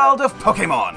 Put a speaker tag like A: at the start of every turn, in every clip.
A: Pokemon.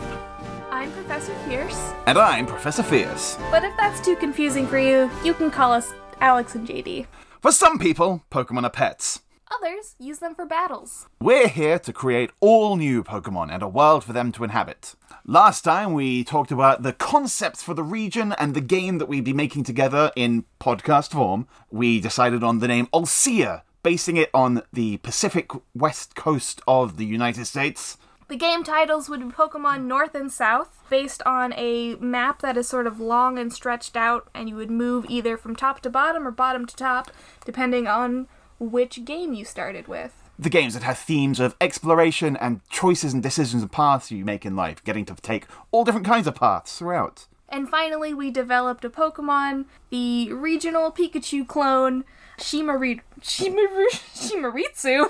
B: I'm Professor Fierce,
A: And I'm Professor Fierce.
B: but if that's too confusing for you, you can call us Alex and JD.
A: For some people, Pokemon are pets.
B: Others use them for battles.
A: We're here to create all new Pokemon and a world for them to inhabit. Last time we talked about the concepts for the region and the game that we'd be making together in podcast form. We decided on the name Olsea, basing it on the Pacific West Coast of the United States.
B: The game titles would be Pokemon North and South, based on a map that is sort of long and stretched out, and you would move either from top to bottom or bottom to top, depending on which game you started with.
A: the games that have themes of exploration and choices and decisions and paths you make in life, getting to take all different kinds of paths throughout.
B: And finally, we developed a Pokemon, the regional Pikachu clone, Shimari- Shimaru- Shimaritsu.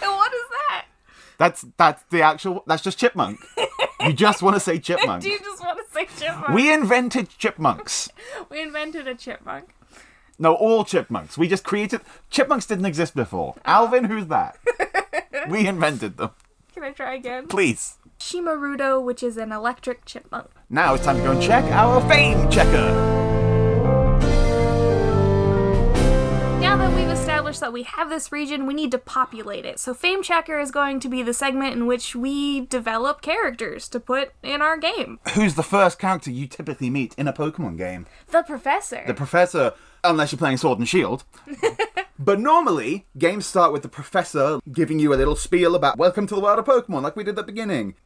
B: what is that?
A: That's that's the actual. That's just chipmunk. you just want to say chipmunk.
B: Do you just want to say chipmunk?
A: We invented chipmunks.
B: we invented a chipmunk.
A: No, all chipmunks. We just created. Chipmunks didn't exist before. Alvin, who's that? we invented them.
B: Can I try again?
A: Please.
B: Shimarudo, which is an electric chipmunk.
A: Now it's time to go and check our fame checker.
B: Now that we've established that we have this region, we need to populate it. So Fame Checker is going to be the segment in which we develop characters to put in our game.
A: Who's the first character you typically meet in a Pokemon game?
B: The Professor.
A: the professor, unless you're playing Sword and Shield. but normally, games start with the professor giving you a little spiel about welcome to the world of Pokemon, like we did at the beginning.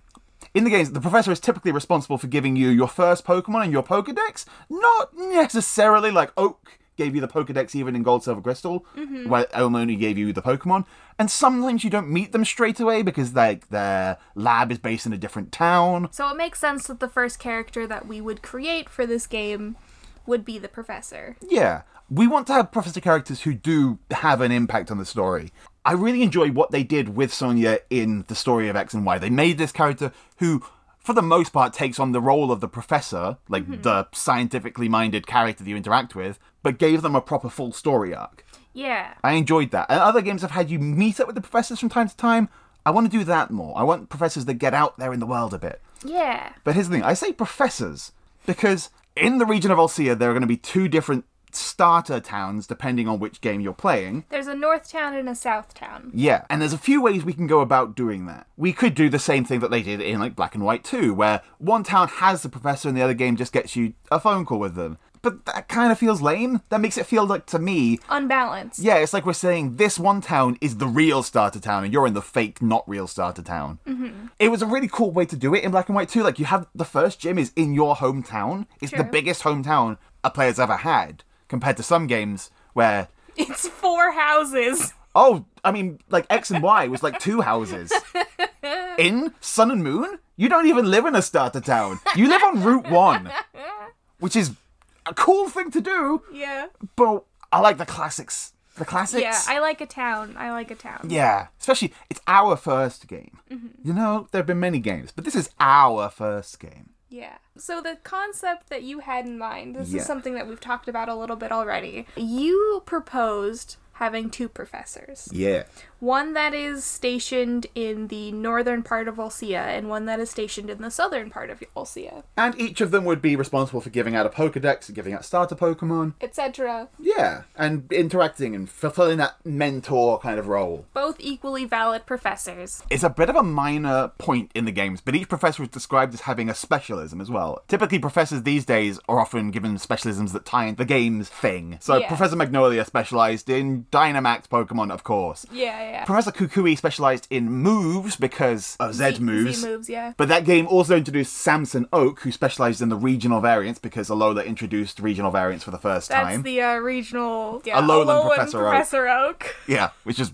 A: In the games, the professor is typically responsible for giving you your first Pokemon and your Pokedex, not necessarily like Oak gave you the Pokedex even in Gold, Silver, Crystal, where Elm only gave you the Pokemon. And sometimes you don't meet them straight away because like their lab is based in a different town.
B: so it makes sense that the first character that we would create for this game would be the Professor.
A: Yeah. We want to have Professor characters who do have an impact on the story. I really enjoy what they did with Sonya in the story of X and Y. They made this character who, for the most part, takes on the role of the professor, like the scientifically minded character that you interact with, but gave them a proper full story arc.
B: Yeah.
A: I enjoyed that. And other games have had you meet up with the professors from time to time. I want to do that more. I want professors that get out there in the world a bit.
B: Yeah.
A: But here's the thing I say professors because in the region of Olsea, there are going to be two different starter towns depending on which game you're playing.
B: There's a North Town and a South Town.
A: Yeah, and there's a few ways we can go about doing that. We could do the same thing that they did in like Black and White 2, where one town has the professor and the other game just gets you a phone call with them. But that kind of feels lame. That makes it feel like to me,
B: Unbalanced.
A: yeah, it's like we're saying this one town is the real starter town and you're in the fake, not real starter town. Mm-hmm. It was a really cool way to do it in Black and White too. Like you have the first gym is in your hometown. It's the
B: True.
A: biggest hometown a player's ever had compared to some games where
B: It's four houses.
A: oh, I mean, like X and Y was like two houses. In Sun and Moon, you don't even live in a starter town. You live on Route 1, which is a cool thing to do,
B: Yeah.
A: but I like the classics. The classics.
B: Yeah, I like a town. I like a town.
A: Yeah, especially it's our first game. You know, there have been many games, but this is our first game.
B: Yeah. So the concept that you had in mind, this
A: Yeah.
B: is something that we've talked about a little bit already. You proposed having two professors.
A: Yeah.
B: One that is stationed in the northern part of Olsea and one that is stationed in the southern part of Olsea,
A: And each of them would be responsible for giving out a Pokedex, giving out starter Pokemon.
B: etc.
A: Yeah. And interacting and fulfilling that mentor kind of role.
B: Both equally valid professors.
A: It's a bit of a minor point in the games, but each professor is described as having a specialism as well. Typically, professors these days are often given specialisms that tie in the game's thing. So,
B: Yeah.
A: Professor Magnolia specialized in Dynamax Pokemon, of course.
B: Yeah, yeah.
A: Professor Kukui specialized in moves because of Oh, Z,
B: Z-
A: moves.
B: Z moves, yeah.
A: But that game also introduced Samson Oak, who specialized in the regional variants because Alola introduced regional variants for the first
B: That's
A: time.
B: the uh, regional yeah,
A: Alolan
B: Alolan
A: Professor Oak.
B: Professor Oak.
A: Yeah, which is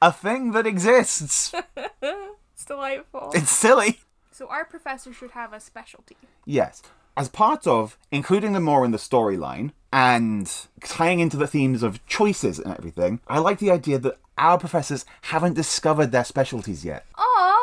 A: a thing that exists.
B: It's delightful.
A: it's silly.
B: so our professor should have a specialty.
A: Yes. As part of including them more in the storyline and tying into the themes of choices and everything, I like the idea that our professors haven't discovered their specialties yet.
B: Aww.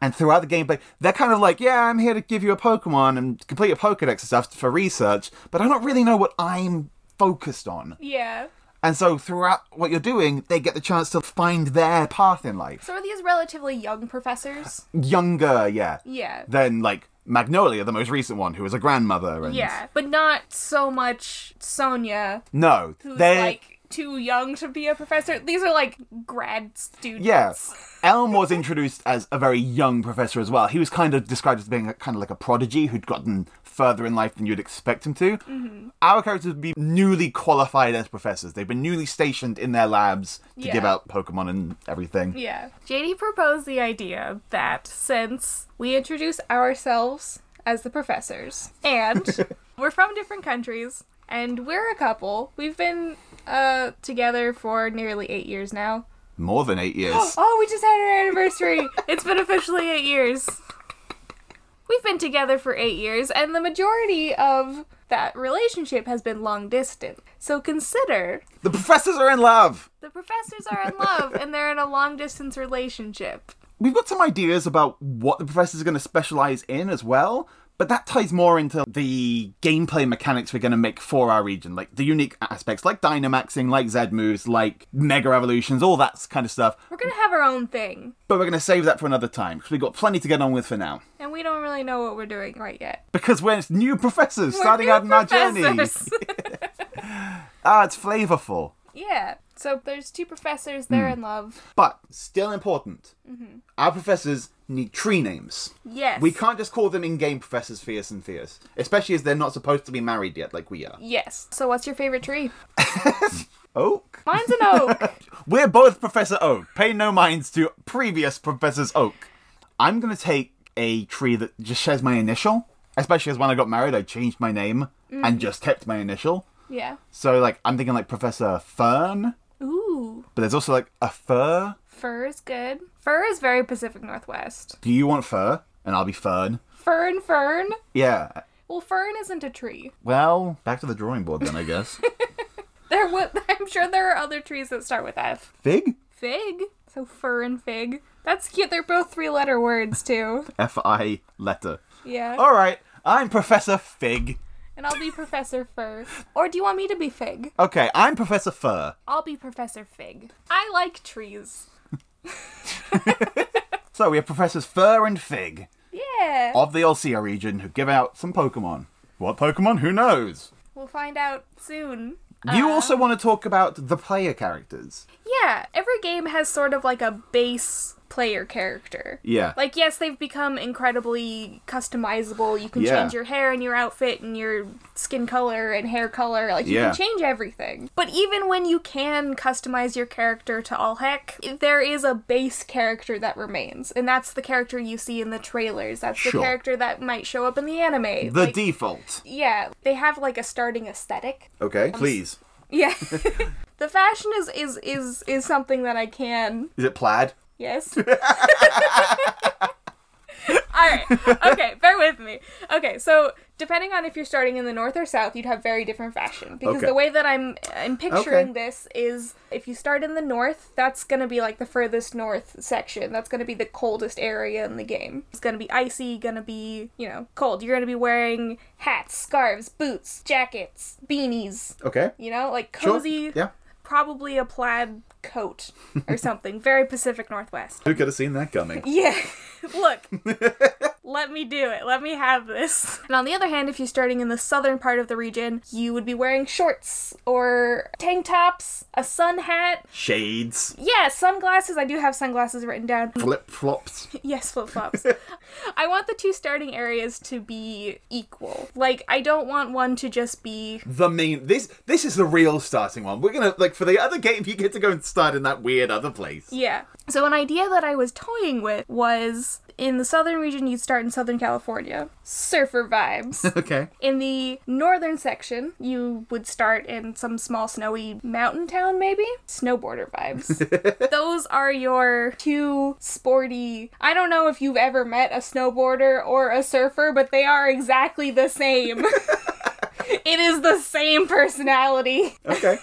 A: And throughout the gameplay, they're kind of like, yeah, I'm here to give you a Pokemon and complete your Pokedex and stuff for research, but I don't really know what I'm focused on.
B: Yeah.
A: And so throughout what you're doing, they get the chance to find their path in life.
B: So are these relatively young professors?
A: Younger, yeah.
B: Yeah.
A: Than like Magnolia, the most recent one, who is a grandmother. And...
B: Yeah, but not so much Sonia,
A: No,
B: who's
A: they're
B: like too young to be a professor. These are like grad students.
A: yeah. Elm was introduced as a very young professor as well. He was kind of described as being a, kind of like a prodigy who'd gotten further in life than you'd expect him to.
B: Mm-hmm.
A: Our characters would be newly qualified as professors. They've been newly stationed in their labs to
B: Yeah.
A: give out Pokemon and everything.
B: Yeah. JD proposed the idea that since we introduce ourselves as the professors and we're from different countries and we're a couple, we've been uh, together for nearly eight years now.
A: More than eight years.
B: Oh, we just had our anniversary. it's been officially eight years. We've been together for eight years, and the majority of that relationship has been long distance. So consider
A: the professors are in love.
B: the professors are in love and they're in a long distance relationship.
A: We've got some ideas about what the professors are going to specialize in as well, but that ties more into the gameplay mechanics we're going to make for our region, like the unique aspects, like Dynamaxing, like Z moves, like Mega Evolutions, all that kind of stuff.
B: We're gonna have our own thing,
A: But we're going to save that for another time because we've got plenty to get on with for now.
B: and we don't really know what we're doing right yet.
A: Because we're new professors
B: We're
A: starting
B: new
A: out in our journey.
B: professors.
A: Ah, it's flavorful,
B: yeah. So there's two professors.
A: Hmm.
B: They're in love.
A: but still important. Our professors need tree names.
B: Mm-hmm. Yes.
A: We can't just call them in-game professors fierce and fierce, especially as they're not supposed to be married yet, like we are.
B: Yes. So what's your favorite tree?
A: Oak.
B: Mine's an oak.
A: We're both Professor Oak. Pay no minds to previous Professors Oak. I'm gonna take a tree that just shares my initial, especially as when I got married, I changed my name and just kept my initial.
B: yeah.
A: So like, I'm thinking like Professor Fern,
B: Ooh.
A: but there's also like a fur.
B: Fur is good. Fur is very Pacific Northwest.
A: Do you want fur? And I'll be Fern.
B: Fern, fern.
A: Yeah.
B: Well, fern isn't a tree.
A: Well, back to the drawing board then, I guess.
B: There, wa- I'm sure there are other trees that start with F.
A: Fig.
B: Fig. So fir and fig. That's cute. They're both three-letter words too.
A: F I letter.
B: Yeah.
A: All right. I'm Professor Fig.
B: And I'll be Professor Fur. Or do you want me to be Fig?
A: Okay, I'm Professor Fur.
B: I'll be Professor Fig. I like trees.
A: So we have Professors Fur and Fig.
B: Yeah.
A: of the Olsea region who give out some Pokemon. What Pokemon? Who knows?
B: We'll find out soon. Uh.
A: You also want to talk about the player characters.
B: Yeah, every game has sort of like a base player character.
A: Yeah.
B: Like, yes, they've become incredibly customizable. You can
A: Yeah.
B: change your hair and your outfit and your skin color and hair color. Like, you
A: Yeah.
B: can change everything. But even when you can customize your character to all heck, there is a base character that remains. And that's the character you see in the trailers. That's
A: Sure.
B: the character that might show up in the anime.
A: the
B: Like,
A: default.
B: yeah, they have like a starting aesthetic.
A: Okay, please.
B: Yeah. the fashion is, is is is something that I can
A: Is it plaid?
B: Yes. Alright. Okay, bear with me. Okay, so depending on if you're starting in the north or south, you'd have very different fashion. Because
A: Okay.
B: the way that I'm I'm picturing
A: Okay.
B: this is if you start in the north, that's gonna be like the furthest north section. That's gonna be the coldest area in the game. It's gonna be icy, gonna be, you know, cold. You're gonna be wearing hats, scarves, boots, jackets, beanies,
A: Okay.
B: you know, like
A: Sure.
B: cozy
A: Yeah.
B: probably a plaid coat or something. very Pacific Northwest.
A: Who could have seen that coming?
B: Yeah. Look. let me do it. Let me have this. And on the other hand, if you're starting in the southern part of the region, you would be wearing shorts or tank tops, a sun hat.
A: Shades.
B: Yeah, sunglasses. I do have sunglasses written down.
A: Flip flops.
B: Yes, flip flops. I want the two starting areas to be equal. Like, I don't want one to just be.
A: The main this this is the real starting one. We're gonna like for the other game you get to go and start in that weird other place.
B: Yeah. So, an idea that I was toying with was in the southern region, you'd start in Southern California. Surfer vibes.
A: Okay.
B: In the northern section, you would start in some small snowy mountain town, maybe? Snowboarder vibes. Those are your two sporty. I don't know if you've ever met a snowboarder or a surfer, but they are exactly the same. it is the same personality.
A: Okay.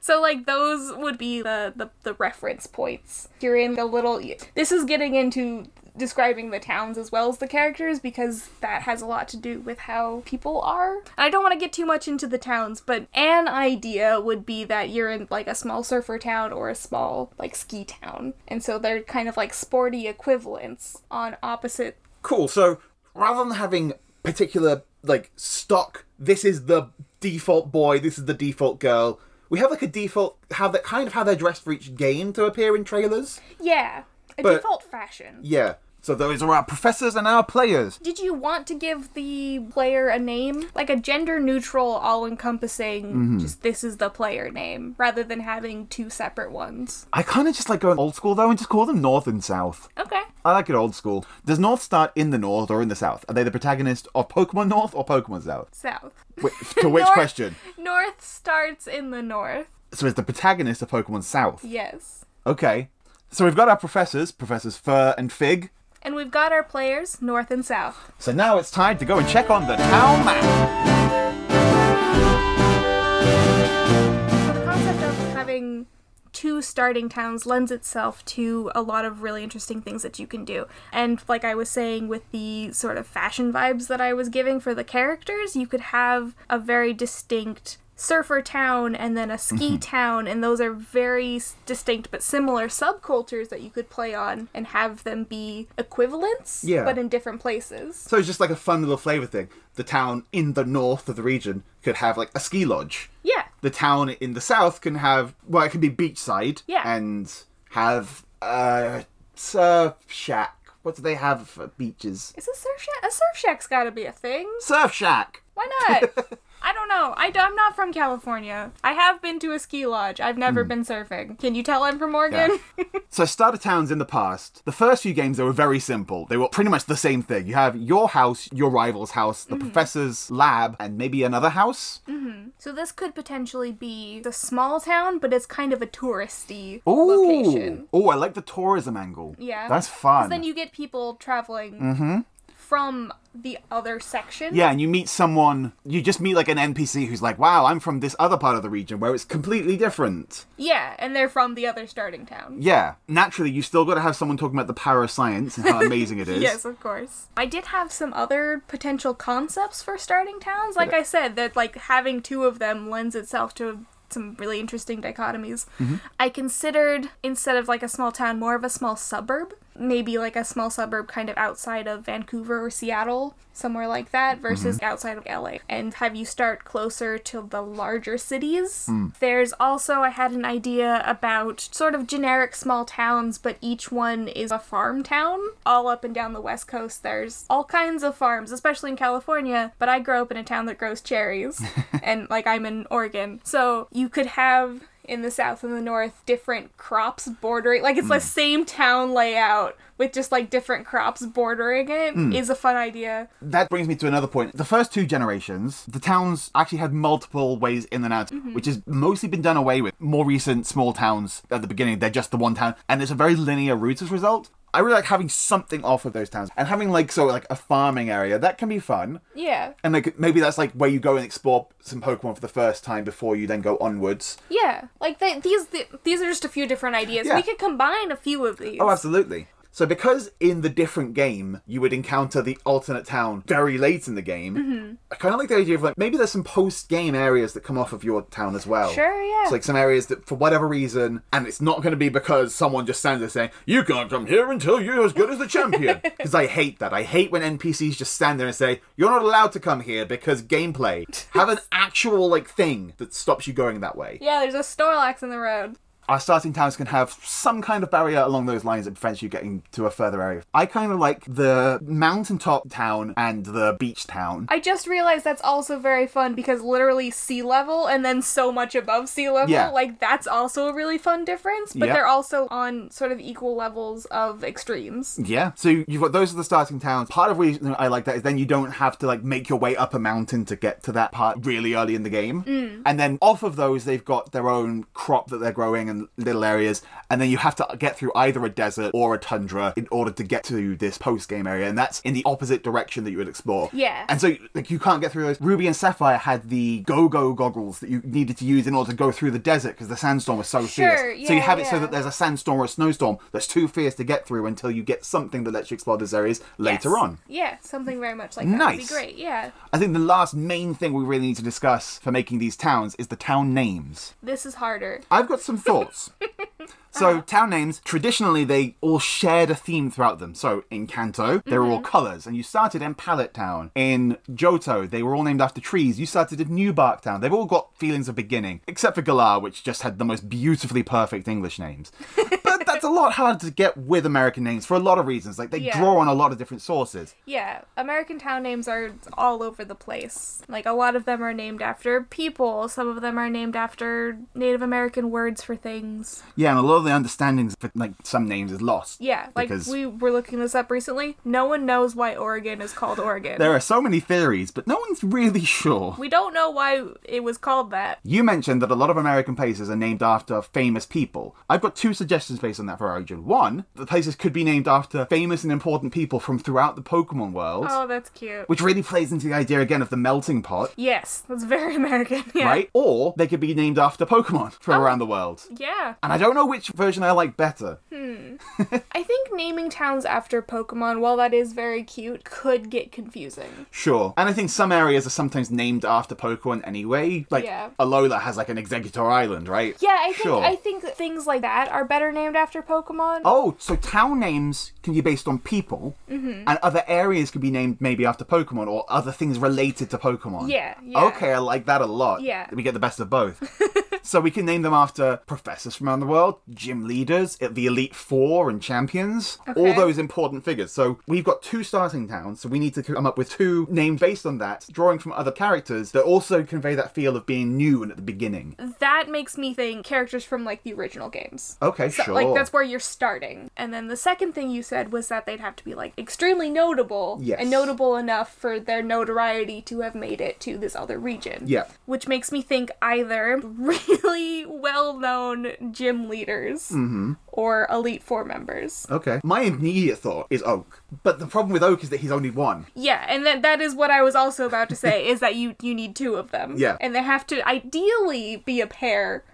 B: So like those would be the, the the reference points. You're in the little. This is getting into describing the towns as well as the characters because that has a lot to do with how people are. I don't want to get too much into the towns, but an idea would be that you're in like a small surfer town or a small like ski town. And so they're kind of like sporty equivalents on opposite
A: Cool. So rather than having particular like stock, this is the default boy, this is the default girl. We have like a default how that kind of how they're dressed for each game to appear in trailers.
B: Yeah, a
A: But-
B: default fashion.
A: Yeah. So those are our professors and our players.
B: Did you want to give the player a name? Like a gender neutral, all encompassing, just this is the player name, rather than having two separate ones.
A: I kind of just like going old school though and just call them North and South.
B: Okay.
A: I like it old school. Does North start in the North or in the South? Are they the protagonist of Pokemon North or Pokemon South?
B: South.
A: Wait, to which
B: North-
A: question?
B: North starts in the north.
A: So is the protagonist of Pokemon South?
B: Yes.
A: Okay. So we've got our professors, Professors Fur and Fig.
B: And we've got our players, north and south.
A: So now it's time to go and check on the town map.
B: So the concept of having two starting towns lends itself to a lot of really interesting things that you can do. And like I was saying with the sort of fashion vibes that I was giving for the characters, you could have a very distinct surfer town and then a ski town and those are very s- distinct but similar subcultures that you could play on and have them be equivalents
A: Yeah.
B: but in different places.
A: So it's just like a fun little flavor thing. The town in the north of the region could have like a ski lodge.
B: Yeah.
A: The town in the south can have well, it can be beachside.
B: Yeah.
A: And have a surf shack. What do they have for beaches?
B: Is a surf shack? A surf shack's got to be a thing.
A: Surf shack.
B: Why not? I don't know. I, am not from California. I have been to a ski lodge. I've
A: Hmm.
B: never been surfing. Can you tell I'm from Oregon?
A: So starter towns in the past, the first few games they were very simple. They were pretty much the same thing. You have your house, your rival's house, the professor's lab, and maybe another house.
B: so this could potentially be a small town, but it's kind of a touristy
A: Ooh.
B: location.
A: Oh, I like the tourism angle.
B: Yeah.
A: That's
B: 'Cause
A: fun. Mm-hmm.
B: Then you get people traveling from the other section.
A: yeah, and you meet someone, you just meet like an NPC who's like, wow, I'm from this other part of the region where it's completely different.
B: Yeah, and they're from the other starting town.
A: Yeah. Naturally, you still got to have someone talking about the power of science and how amazing it is.
B: Yes, of course. I did have some other potential concepts for starting towns. Like I said, that like having two of them lends itself to some really interesting dichotomies. I considered instead of like a small town, more of a small suburb. Maybe like a small suburb kind of outside of Vancouver or Seattle, somewhere like that, versus outside of LA. And have you start closer to the larger cities? There's also, I had an idea about sort of generic small towns, but each one is a farm town. All up and down the West Coast, there's all kinds of farms, especially in California. But I grew up in a town that grows cherries, and like I'm in Oregon. So you could have in the south and the north different crops bordering like it's the same town layout with just like different crops bordering it is a fun idea
A: That brings me to another point. The first two generations, the towns actually had multiple ways in and out,
B: Mm-hmm.
A: which has mostly been done away with. More recent small towns at the beginning, they're just the one town, and it's a very linear route as a result. I really like having something off of those towns and having like so like a farming area that can be fun.
B: yeah
A: And like maybe that's like where you go and explore some Pokemon for the first time before you then go onwards.
B: yeah like they, these th these are just a few different ideas
A: Yeah.
B: we could combine a few of these
A: Oh, absolutely. So because in the different game you would encounter the alternate town very late in the game,
B: Mm-hmm.
A: I kind of like the idea of like maybe there's some post-game areas that come off of your town as well.
B: Sure, yeah.
A: It's like some areas that for whatever reason, and it's not going to be because someone just stands there saying you can't come here until you're as good as the champion. Because I hate that. I hate when NPCs just stand there and say you're not allowed to come here because gameplay. Have an actual like thing that stops you going that way
B: yeah there's a snorlax in the road
A: our starting towns can have some kind of barrier along those lines that prevents you getting to a further area. I kind of like the mountaintop town and the beach town.
B: i just realized that's also very fun because literally sea level and then so much above sea level
A: Yeah.
B: like that's also a really fun difference but
A: Yep.
B: they're also on sort of equal levels of extremes
A: yeah. So you've got those are the starting towns. Part of the reason I like that is then you don't have to like make your way up a mountain to get
B: Mm.
A: to that part really early in the game. And then off of those, they've got their own crop that they're growing and in little areas, and then you have to get through either a desert or a tundra in order to get to this post game area, and that's in the opposite direction that you would explore.
B: Yeah.
A: And so like you can't get through those. Ruby and Sapphire had the go go goggles that you needed to use in order to go through the desert because the sandstorm was so
B: Sure,
A: fierce. so you
B: yeah,
A: have it so
B: yeah.
A: that there's a sandstorm or a snowstorm that's too fierce to get through until you get something that lets you explore those areas later
B: Yes.
A: on.
B: Yeah, something very much like that would
A: Nice.
B: be great. Yeah.
A: I think the last main thing we really need to discuss for making these towns is the town names.
B: This is harder.
A: I've got some thoughts. so, town names, traditionally, they all shared a theme throughout them. So, in Kanto, they were all
B: Mm-hmm.
A: colours, and you started in Pallet Town. In Johto, they were all named after trees. You started in New Bark Town. They've all got feelings of beginning, except for Galar, which just had the most beautifully perfect English names. but that's a lot harder to get with American names for a lot of reasons. Like, they
B: Yeah.
A: draw on a lot of different sources.
B: Yeah, American town names are all over the place. Like a lot of them are named after people. Some of them are named after Native American words for things.
A: Yeah, and a lot of the understandings for like some names is lost.
B: Yeah, like
A: Because-
B: we were looking this up recently. No one knows why Oregon is called Oregon.
A: There are so many theories, but no one's really sure.
B: we don't know why it was called that.
A: You mentioned that a lot of American places are named after famous people. I've got two suggestions based on that for origin. One, the places could be named after famous and important people from throughout the Pokemon world,
B: Oh, that's cute.
A: which really plays into the idea again of the melting pot,
B: Yes, that's very American. Yeah. Oh.
A: right? Or they could be named after Pokemon from around the world.
B: Yeah.
A: And I don't know which version I like better.
B: Hmm. I think naming towns after Pokemon, while that is very cute, could get confusing.
A: Sure. And I think some areas are sometimes named after Pokemon anyway. Like
B: Yeah.
A: Alola has like an Executor Island, right?
B: Yeah, I think
A: Sure.
B: I think that things like that are better named after Pokemon.
A: Oh, so town names can be based on people,
B: Mm-hmm.
A: and other areas can be named maybe after Pokemon or other things related to Pokemon.
B: Yeah, yeah.
A: Okay, I like that a lot.
B: Yeah.
A: We get the best of both. so we can name them after professors from around the world, gym leaders, the Elite Four, and champions, all
B: Okay.
A: those important figures. So we've got two starting towns, so we need to come up with two names based on that, drawing from other characters that also convey that feel of being new and at the beginning.
B: That makes me think characters from like the original games.
A: Okay,
B: So,
A: sure.
B: Like that's where you're starting. And then the second thing you said was that they'd have to be like extremely notable
A: Yes.
B: and notable enough for their notoriety to have made it to this other region.
A: Yeah.
B: Which makes me think either really well-known gym leaders
A: Mm-hmm.
B: or elite four members.
A: Okay. My immediate thought is Oak. But the problem with Oak is that he's only one.
B: Yeah, and that that is what I was also about to say is that you you need two of them.
A: Yeah. Mm.
B: And they have to ideally be a pair.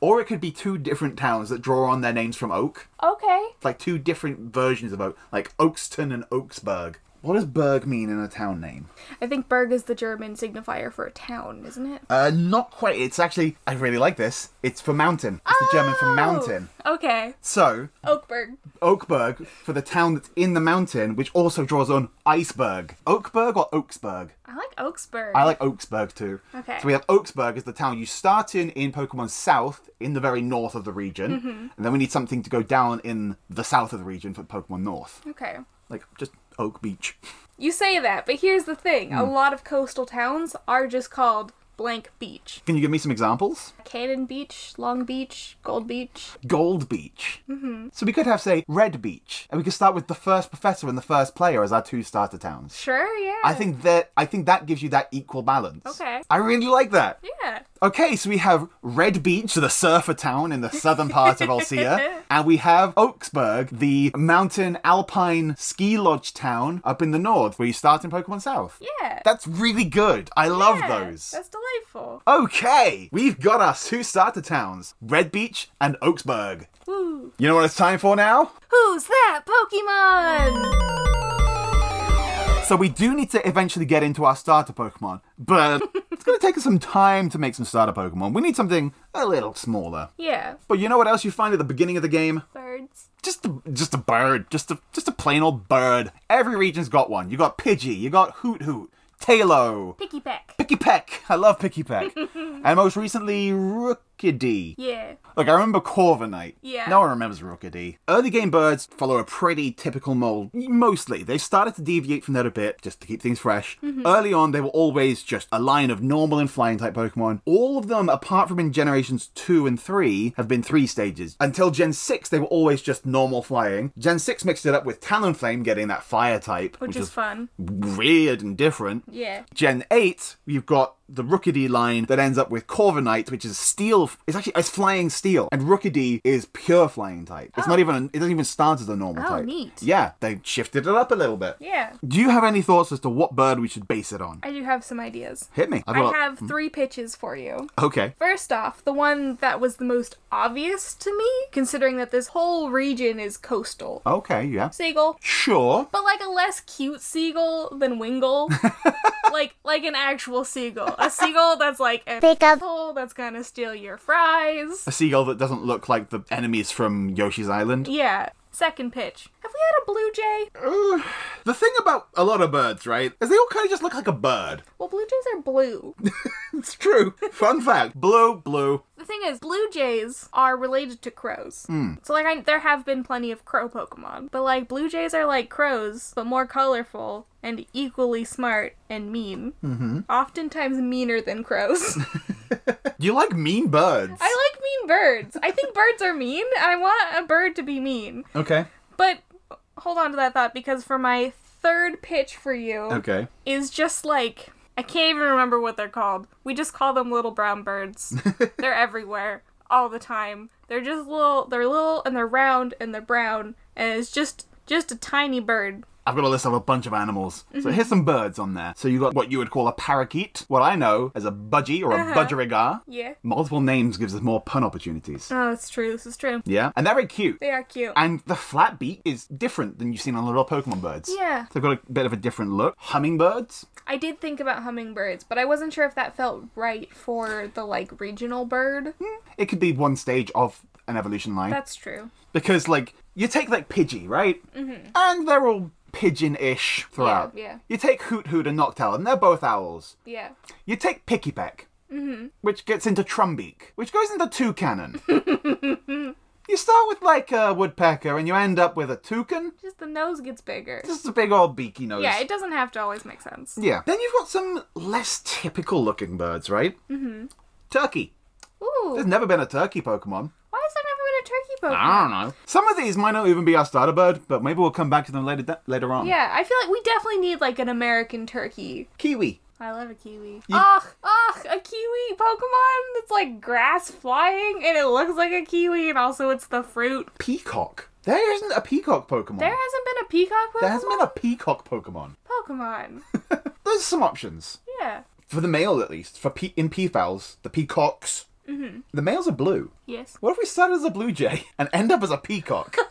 A: Or it could be two different towns that draw on their names from Oak.
B: Okay.
A: Like two different versions of Oak, like Oakston and Oaksburg. What does Berg mean in a town name?
B: I think Berg is the German signifier for a town, isn't it?
A: Uh, not quite. It's actually, I really like this. It's for mountain. It's the German for mountain.
B: Oh, Okay.
A: So,
B: Oakberg.
A: Oakberg for the town that's in the mountain, which also draws on iceberg. Oakberg or Oaksburg?
B: I like Oaksburg.
A: I like Oaksburg too.
B: Okay.
A: So we have Oaksburg as the town you start in in Pokemon South, in the very north of the region,
B: Mm-hmm.
A: and then we need something to go down in the south of the region for Pokemon North,
B: okay.
A: like just Oak Beach.
B: You say that, but here's the thing. A
A: Hmm.
B: lot of coastal towns are just called blank beach.
A: Can you give me some examples?
B: Cannon Beach, Long Beach, Gold Beach.
A: Gold Beach. Mm-hmm. So we could have say Red Beach, and we could start with the first professor and the first player as our two starter towns.
B: Sure, yeah.
A: I think that I think that gives you that equal balance.
B: Okay.
A: I really like that.
B: Yeah.
A: Okay, so we have Red Beach, the surfer town in the southern part of Alsea, and we have Oaksburg, the mountain alpine ski lodge town up in the north, where you start in Pokemon South.
B: Yeah.
A: That's really good. I love
B: Yeah,
A: those.
B: That's delightful.
A: Okay, we've got our two starter towns, Red Beach and Oaksburg.
B: Woo.
A: You know what it's time for now?
B: Who's that Pokemon?
A: So we do need to eventually get into our starter Pokemon, but it's going to take us some time to make some starter Pokemon. We need something a little smaller.
B: Yeah.
A: But you know what else you find at the beginning of the game?
B: Birds.
A: just a, just a bird, just a just a plain old bird. Every region's got one. You got Pidgey, you got Hoot Hoot, Talo,
B: Picky Peck.
A: Picky Peck. I love Picky Peck, and most recently Rookidee.
B: Yeah.
A: Look, I remember Corviknight.
B: Yeah.
A: No one remembers Rookidee. Early game birds follow a pretty typical mold. Mostly, they've started to deviate from that a bit just to keep things fresh. Early on, they were always just a line of normal and flying type Pokemon. All of them, apart from in generations two and three, have been three stages. Until Gen six, they were always just normal flying. Gen six mixed it up with Talonflame, getting that fire type,
B: Which, is fun.
A: weird and different.
B: Yeah.
A: Gen 8, you've got the Rookidee line that ends up with Corviknight, which is steel f- it's actually it's flying steel, and Rookidee is pure flying type. It's not even it doesn't even start as a normal
B: Oh,
A: type.
B: neat.
A: Yeah, they shifted it up a little bit.
B: Yeah.
A: Do you have any thoughts as to what bird we should base it on?
B: I do have some ideas.
A: Hit me. I've
B: I
A: got- Hmm.
B: have three pitches for you.
A: Okay.
B: First off, the one that was the most obvious to me, considering that this whole region is coastal.
A: Okay. Yeah.
B: Seagull.
A: Sure.
B: But like a less cute seagull than Wingle. like like an actual seagull. A seagull that's like a seagull that's gonna steal your fries.
A: A seagull that doesn't look like the enemies from Yoshi's Island.
B: Yeah. Second pitch. Have we had a blue jay?
A: The thing about a lot of birds, right, is they all kind of just look like a bird.
B: Well, blue jays are blue.
A: It's true. Fun fact. Blue, blue.
B: The thing is, blue jays are related to crows. So, like, I, there have been plenty of crow Pokemon, but like, blue jays are like crows, but more colorful and equally smart and mean. Mm-hmm. Oftentimes meaner than crows.
A: You like mean birds.
B: I like mean birds. I think birds are mean. and I want a bird to be mean.
A: okay.
B: But hold on to that thought because for my third pitch for you
A: Okay.
B: is just like I can't even remember what they're called. We just call them little brown birds. they're everywhere all the time. They're just little. They're little and they're round and they're brown and it's just just a tiny bird.
A: I've got a list of a bunch of animals. So
B: Mm-hmm.
A: here's some birds on there. So you got what you would call a parakeet, what I know as a budgie or a
B: Uh-huh.
A: budgerigar.
B: Yeah.
A: Multiple names gives us more pun opportunities.
B: Oh, that's true. This is true.
A: Yeah. And they're very cute.
B: They are cute.
A: And the flat beak is different than you've seen on the real Pokemon birds.
B: Yeah.
A: They've got a bit of a different look. Hummingbirds,
B: I did think about hummingbirds, but I wasn't sure if that felt right for the like regional bird.
A: it could be one stage of an evolution line.
B: That's true.
A: because like you take like Pidgey, right? Mm-hmm. And they're all pigeon-ish throughout.
B: yeah.
A: You take Hoot Hoot and Noctowl, and they're both owls.
B: Yeah.
A: You take Picky Peck,
B: Mm-hmm.
A: which gets into Trumbeak, which goes into Toucanon. you start with like a woodpecker, and you end up with a toucan.
B: Just the nose gets bigger.
A: Just a big old beaky nose.
B: Yeah, it doesn't have to always make sense.
A: Yeah. Then you've got some less typical looking birds, right? Mm-hmm. Turkey.
B: Ooh.
A: There's never been a turkey Pokemon.
B: Why has there never been a turkey Pokemon?
A: I don't know. Some of these might not even be our starter bird, but maybe we'll come back to them later later on.
B: Yeah, I feel like we definitely need like an American turkey.
A: Kiwi.
B: I love a kiwi. Ugh, ugh, a kiwi Pokemon that's like grass flying and it looks like a kiwi and also it's the fruit.
A: Peacock. There isn't a peacock Pokemon.
B: There hasn't been a peacock Pokemon.
A: There hasn't been a peacock Pokemon.
B: Pokemon.
A: There's some options.
B: Yeah.
A: For the male, at least. For pe- in peafowls, the peacocks. Mm-hmm. The males are blue.
B: Yes.
A: What if we start as a blue jay and end up as a peacock?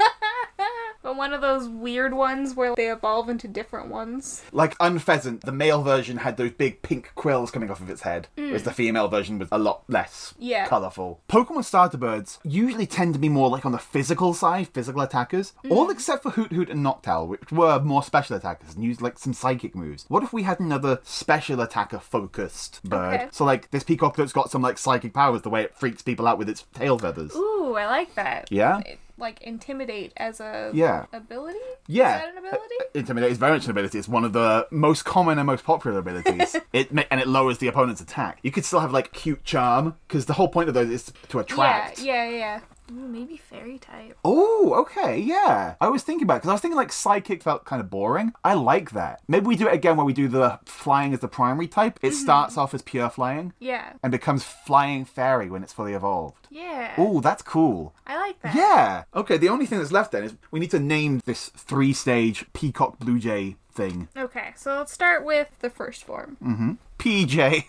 B: But one of those weird ones where they evolve into different ones.
A: like Unpheasant, the male version had those big pink quills coming off of its head, whereas the female version was a lot less
B: Hmm. Yeah.
A: colourful. Pokemon starter birds usually tend to be more like on the physical side, physical attackers,
B: Hmm.
A: all except for Hoot Hoot and Noctowl, which were more special attackers and used like some psychic moves. What if we had another special attacker focused bird?
B: Okay.
A: So, like this peacock that's got some like psychic powers, the way it freaks people out with its tail feathers.
B: Ooh, I like that.
A: Yeah?
B: It, like intimidate as a
A: Yeah.
B: ability?
A: Yeah.
B: Is that an ability?
A: Uh, Intimidate is very much an ability. It's one of the most common and most popular abilities. it ma- and it lowers the opponent's attack. You could still have like cute charm because the whole point of those is to attract.
B: Yeah, yeah, yeah. Ooh, maybe fairy type.
A: Oh, okay, yeah. I was thinking about because I was thinking like psychic felt kind of boring. I like that. Maybe we do it again where we do the flying as the primary type.
B: Mm-hmm.
A: It starts off as pure flying
B: Yeah.
A: and becomes flying fairy when it's fully evolved.
B: Yeah.
A: Oh, that's cool.
B: I like that.
A: Yeah. Okay, the only thing that's left then is we need to name this three stage peacock blue jay thing.
B: Okay, so let's start with the first form.
A: Mm. PJ.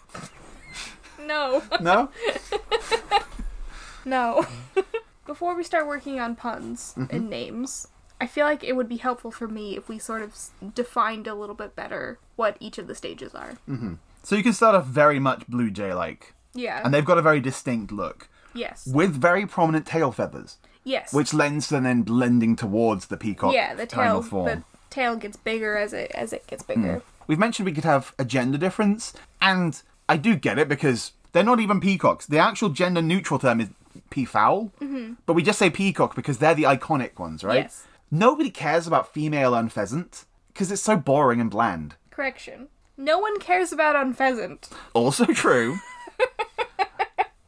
B: No.
A: No?
B: no. Before we start working on puns
A: Mm-hmm.
B: and names, I feel like it would be helpful for me if we sort of s- defined a little bit better what each of the stages are.
A: Mm. so you can start off very much Blue Jay like.
B: Yeah.
A: And they've got a very distinct look
B: yes.
A: with very prominent tail feathers,
B: yes.
A: which lends to then blending towards the peacock
B: yeah, the
A: kind
B: tail
A: of form. Mm.
B: the tail gets bigger as it as it gets bigger.
A: We've mentioned we could have a gender difference, and I do get it because they're not even peacocks. The actual gender neutral term is peafowl, mm-hmm. but we just say peacock because they're the iconic ones, right?
B: Yes.
A: Nobody cares about female unpheasant because it's so boring and bland.
B: Correction. No one cares about unpheasant.
A: Also true.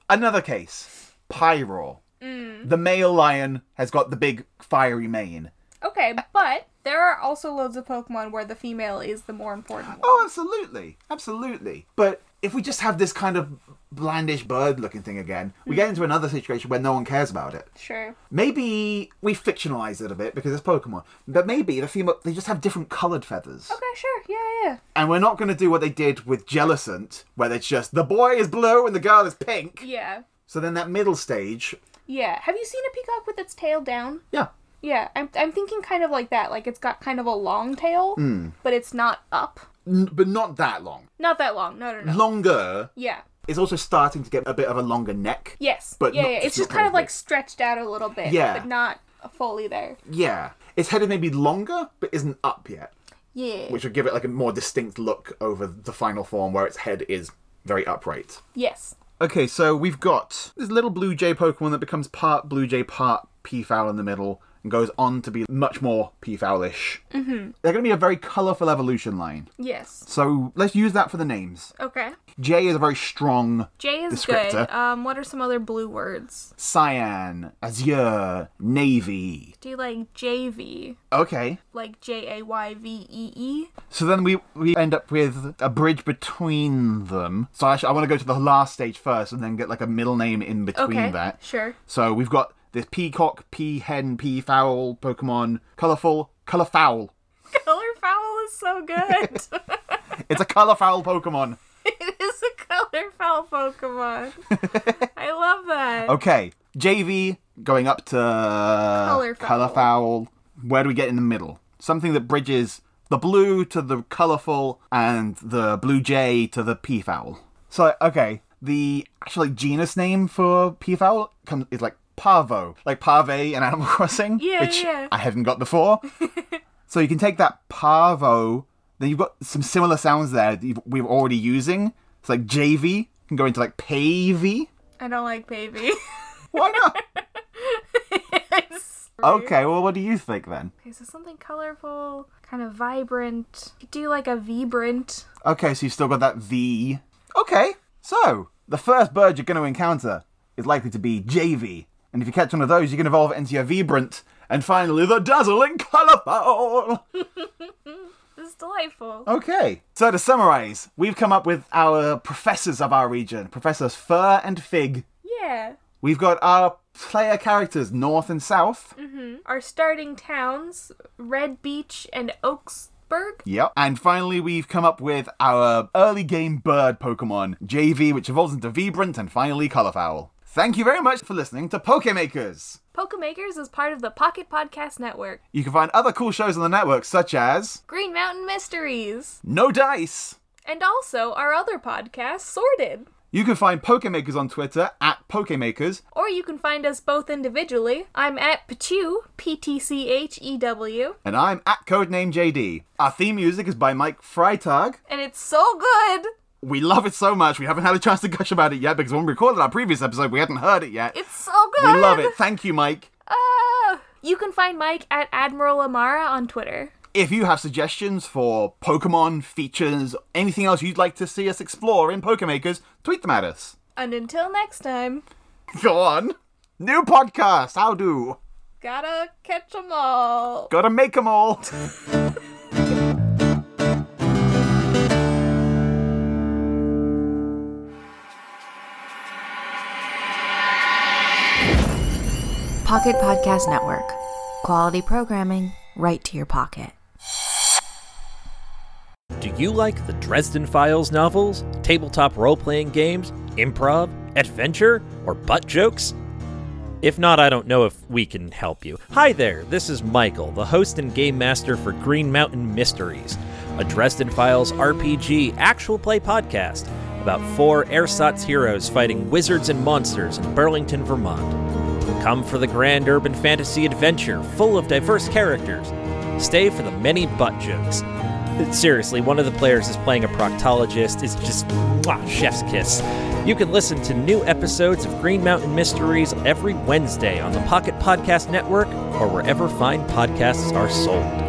A: Another case Pyro. The male lion has got the big fiery mane.
B: Okay, but there are also loads of Pokemon where the female is the more important one.
A: Oh, absolutely. Absolutely. But if we just have this kind of blandish bird looking thing again, we get into another situation where no one cares about it.
B: Sure.
A: Maybe we fictionalize it a bit because it's Pokemon, but maybe the female they just have different coloured feathers,
B: Okay, sure. Yeah, yeah.
A: and we're not going to do what they did with Jellicent, where it's just the boy is blue and the girl is pink.
B: Yeah.
A: So then that middle stage,
B: Yeah. Have you seen a peacock with its tail down?
A: yeah,
B: Yeah, I'm, I'm thinking kind of like that. Like it's got kind of a long tail,
A: Hmm.
B: but it's not up.
A: N- but not that long.
B: Not that long. No, no, no.
A: Longer
B: yeah.
A: is also starting to get a bit of a longer neck.
B: Yes.
A: But
B: yeah,
A: not-
B: yeah.
A: it's
B: It's just
A: not
B: kind of
A: very
B: like
A: big.
B: stretched out a little bit.
A: Yeah.
B: But not fully there.
A: Yeah. Its head is maybe longer, but isn't up yet,
B: Yeah.
A: which would give it like a more distinct look over the final form where its head is very upright.
B: yes.
A: Okay, so we've got this little blue jay Pokemon that becomes part blue jay, part Peafowl in the middle, and goes on to be much more Peafowlish. Mm-hmm. They're going to be a very colourful evolution line.
B: Yes.
A: So let's use that for the names.
B: Okay.
A: Jay is a very strong
B: J is
A: Descriptor.
B: good. Um, what are some other blue words?
A: cyan, azure, navy.
B: Do you like JV?
A: Okay.
B: Like J A Y V E E?
A: So then we we end up with a bridge between them. So actually, I want to go to the last stage first, and then get like a middle name in between
B: Okay.
A: that.
B: Sure.
A: So we've got this peacock, pea hen, pea fowl Pokemon, colorful, color fowl.
B: Color foul is so good.
A: It's a color fowl Pokemon.
B: it is a color foul Pokemon. I love that.
A: Okay, JV going up to color
B: Colourfowl.
A: fowl. Where do we get in the middle? Something that bridges the blue to the colorful and the blue jay to the peafowl. So okay, the actual like, genus name for peafowl comes is like parvo, like parve in Animal Crossing,
B: Yeah,
A: which
B: yeah.
A: I haven't got before. so you can take that parvo. Then you've got some similar sounds there that you've, we're already using. It's like JV can go into like pavy.
B: I don't like baby.
A: Why not? Okay, well, what do you think then?
B: Okay, so something colorful, kind of vibrant. Could do like a vibrant.
A: Okay, so you've still got that V. Okay, so the first bird you're going to encounter is likely to be JV. And if you catch one of those, you can evolve it into your Vibrant. And finally, the Dazzling Colourful!
B: This
A: Oh.
B: is delightful.
A: Okay, so to summarise, we've come up with our professors of our region Professors Fur and Fig.
B: Yeah.
A: We've got our player characters, North and South.
B: Our starting towns, Red Beach and Oaksburg.
A: Yep. And finally, we've come up with our early game bird Pokemon, JV, which evolves into Vibrant and finally Colourfowl. Thank you very much for listening to Pokemakers.
B: Pokemakers is part of the Pocket Podcast Network.
A: You can find other cool shows on the network, such as
B: Green Mountain Mysteries.
A: No Dice.
B: And also our other podcast, Sorted.
A: You can find Pokemakers on Twitter at Pokemakers.
B: Or you can find us both individually. I'm at Pachew, P T C H E W,
A: And I'm at Codename JD. Our theme music is by Mike Freitag.
B: and it's so good!
A: We love it so much. We haven't had a chance to gush about it yet because when we recorded our previous episode, we hadn't heard it yet.
B: It's so
A: we
B: good!
A: love it. Thank you, Mike.
B: Ah! You can find Mike at Admiral Amara on Twitter.
A: If you have suggestions for Pokemon features, anything else you'd like to see us explore in Pokemakers, tweet them at us.
B: And until next time,
A: Go on. New podcast. How do?
B: gotta catch 'em all.
A: Gotta make 'em all.
C: Pocket Podcast Network. Quality programming right to your pocket.
D: Do you like the Dresden Files novels, tabletop role playing games, improv, adventure, or butt jokes? If not, I don't know if we can help you. Hi there, this is Michael, the host and game master for Green Mountain Mysteries, a Dresden Files RPG actual play podcast about four ersatz heroes fighting wizards and monsters in Burlington, Vermont. Come for the grand urban fantasy adventure full of diverse characters. Stay for the many butt jokes. Seriously, one of the players is playing a proctologist. It's just mwah, chef's kiss. You can listen to new episodes of Green Mountain Mysteries every Wednesday on the Pocket Podcast Network or wherever fine podcasts are sold.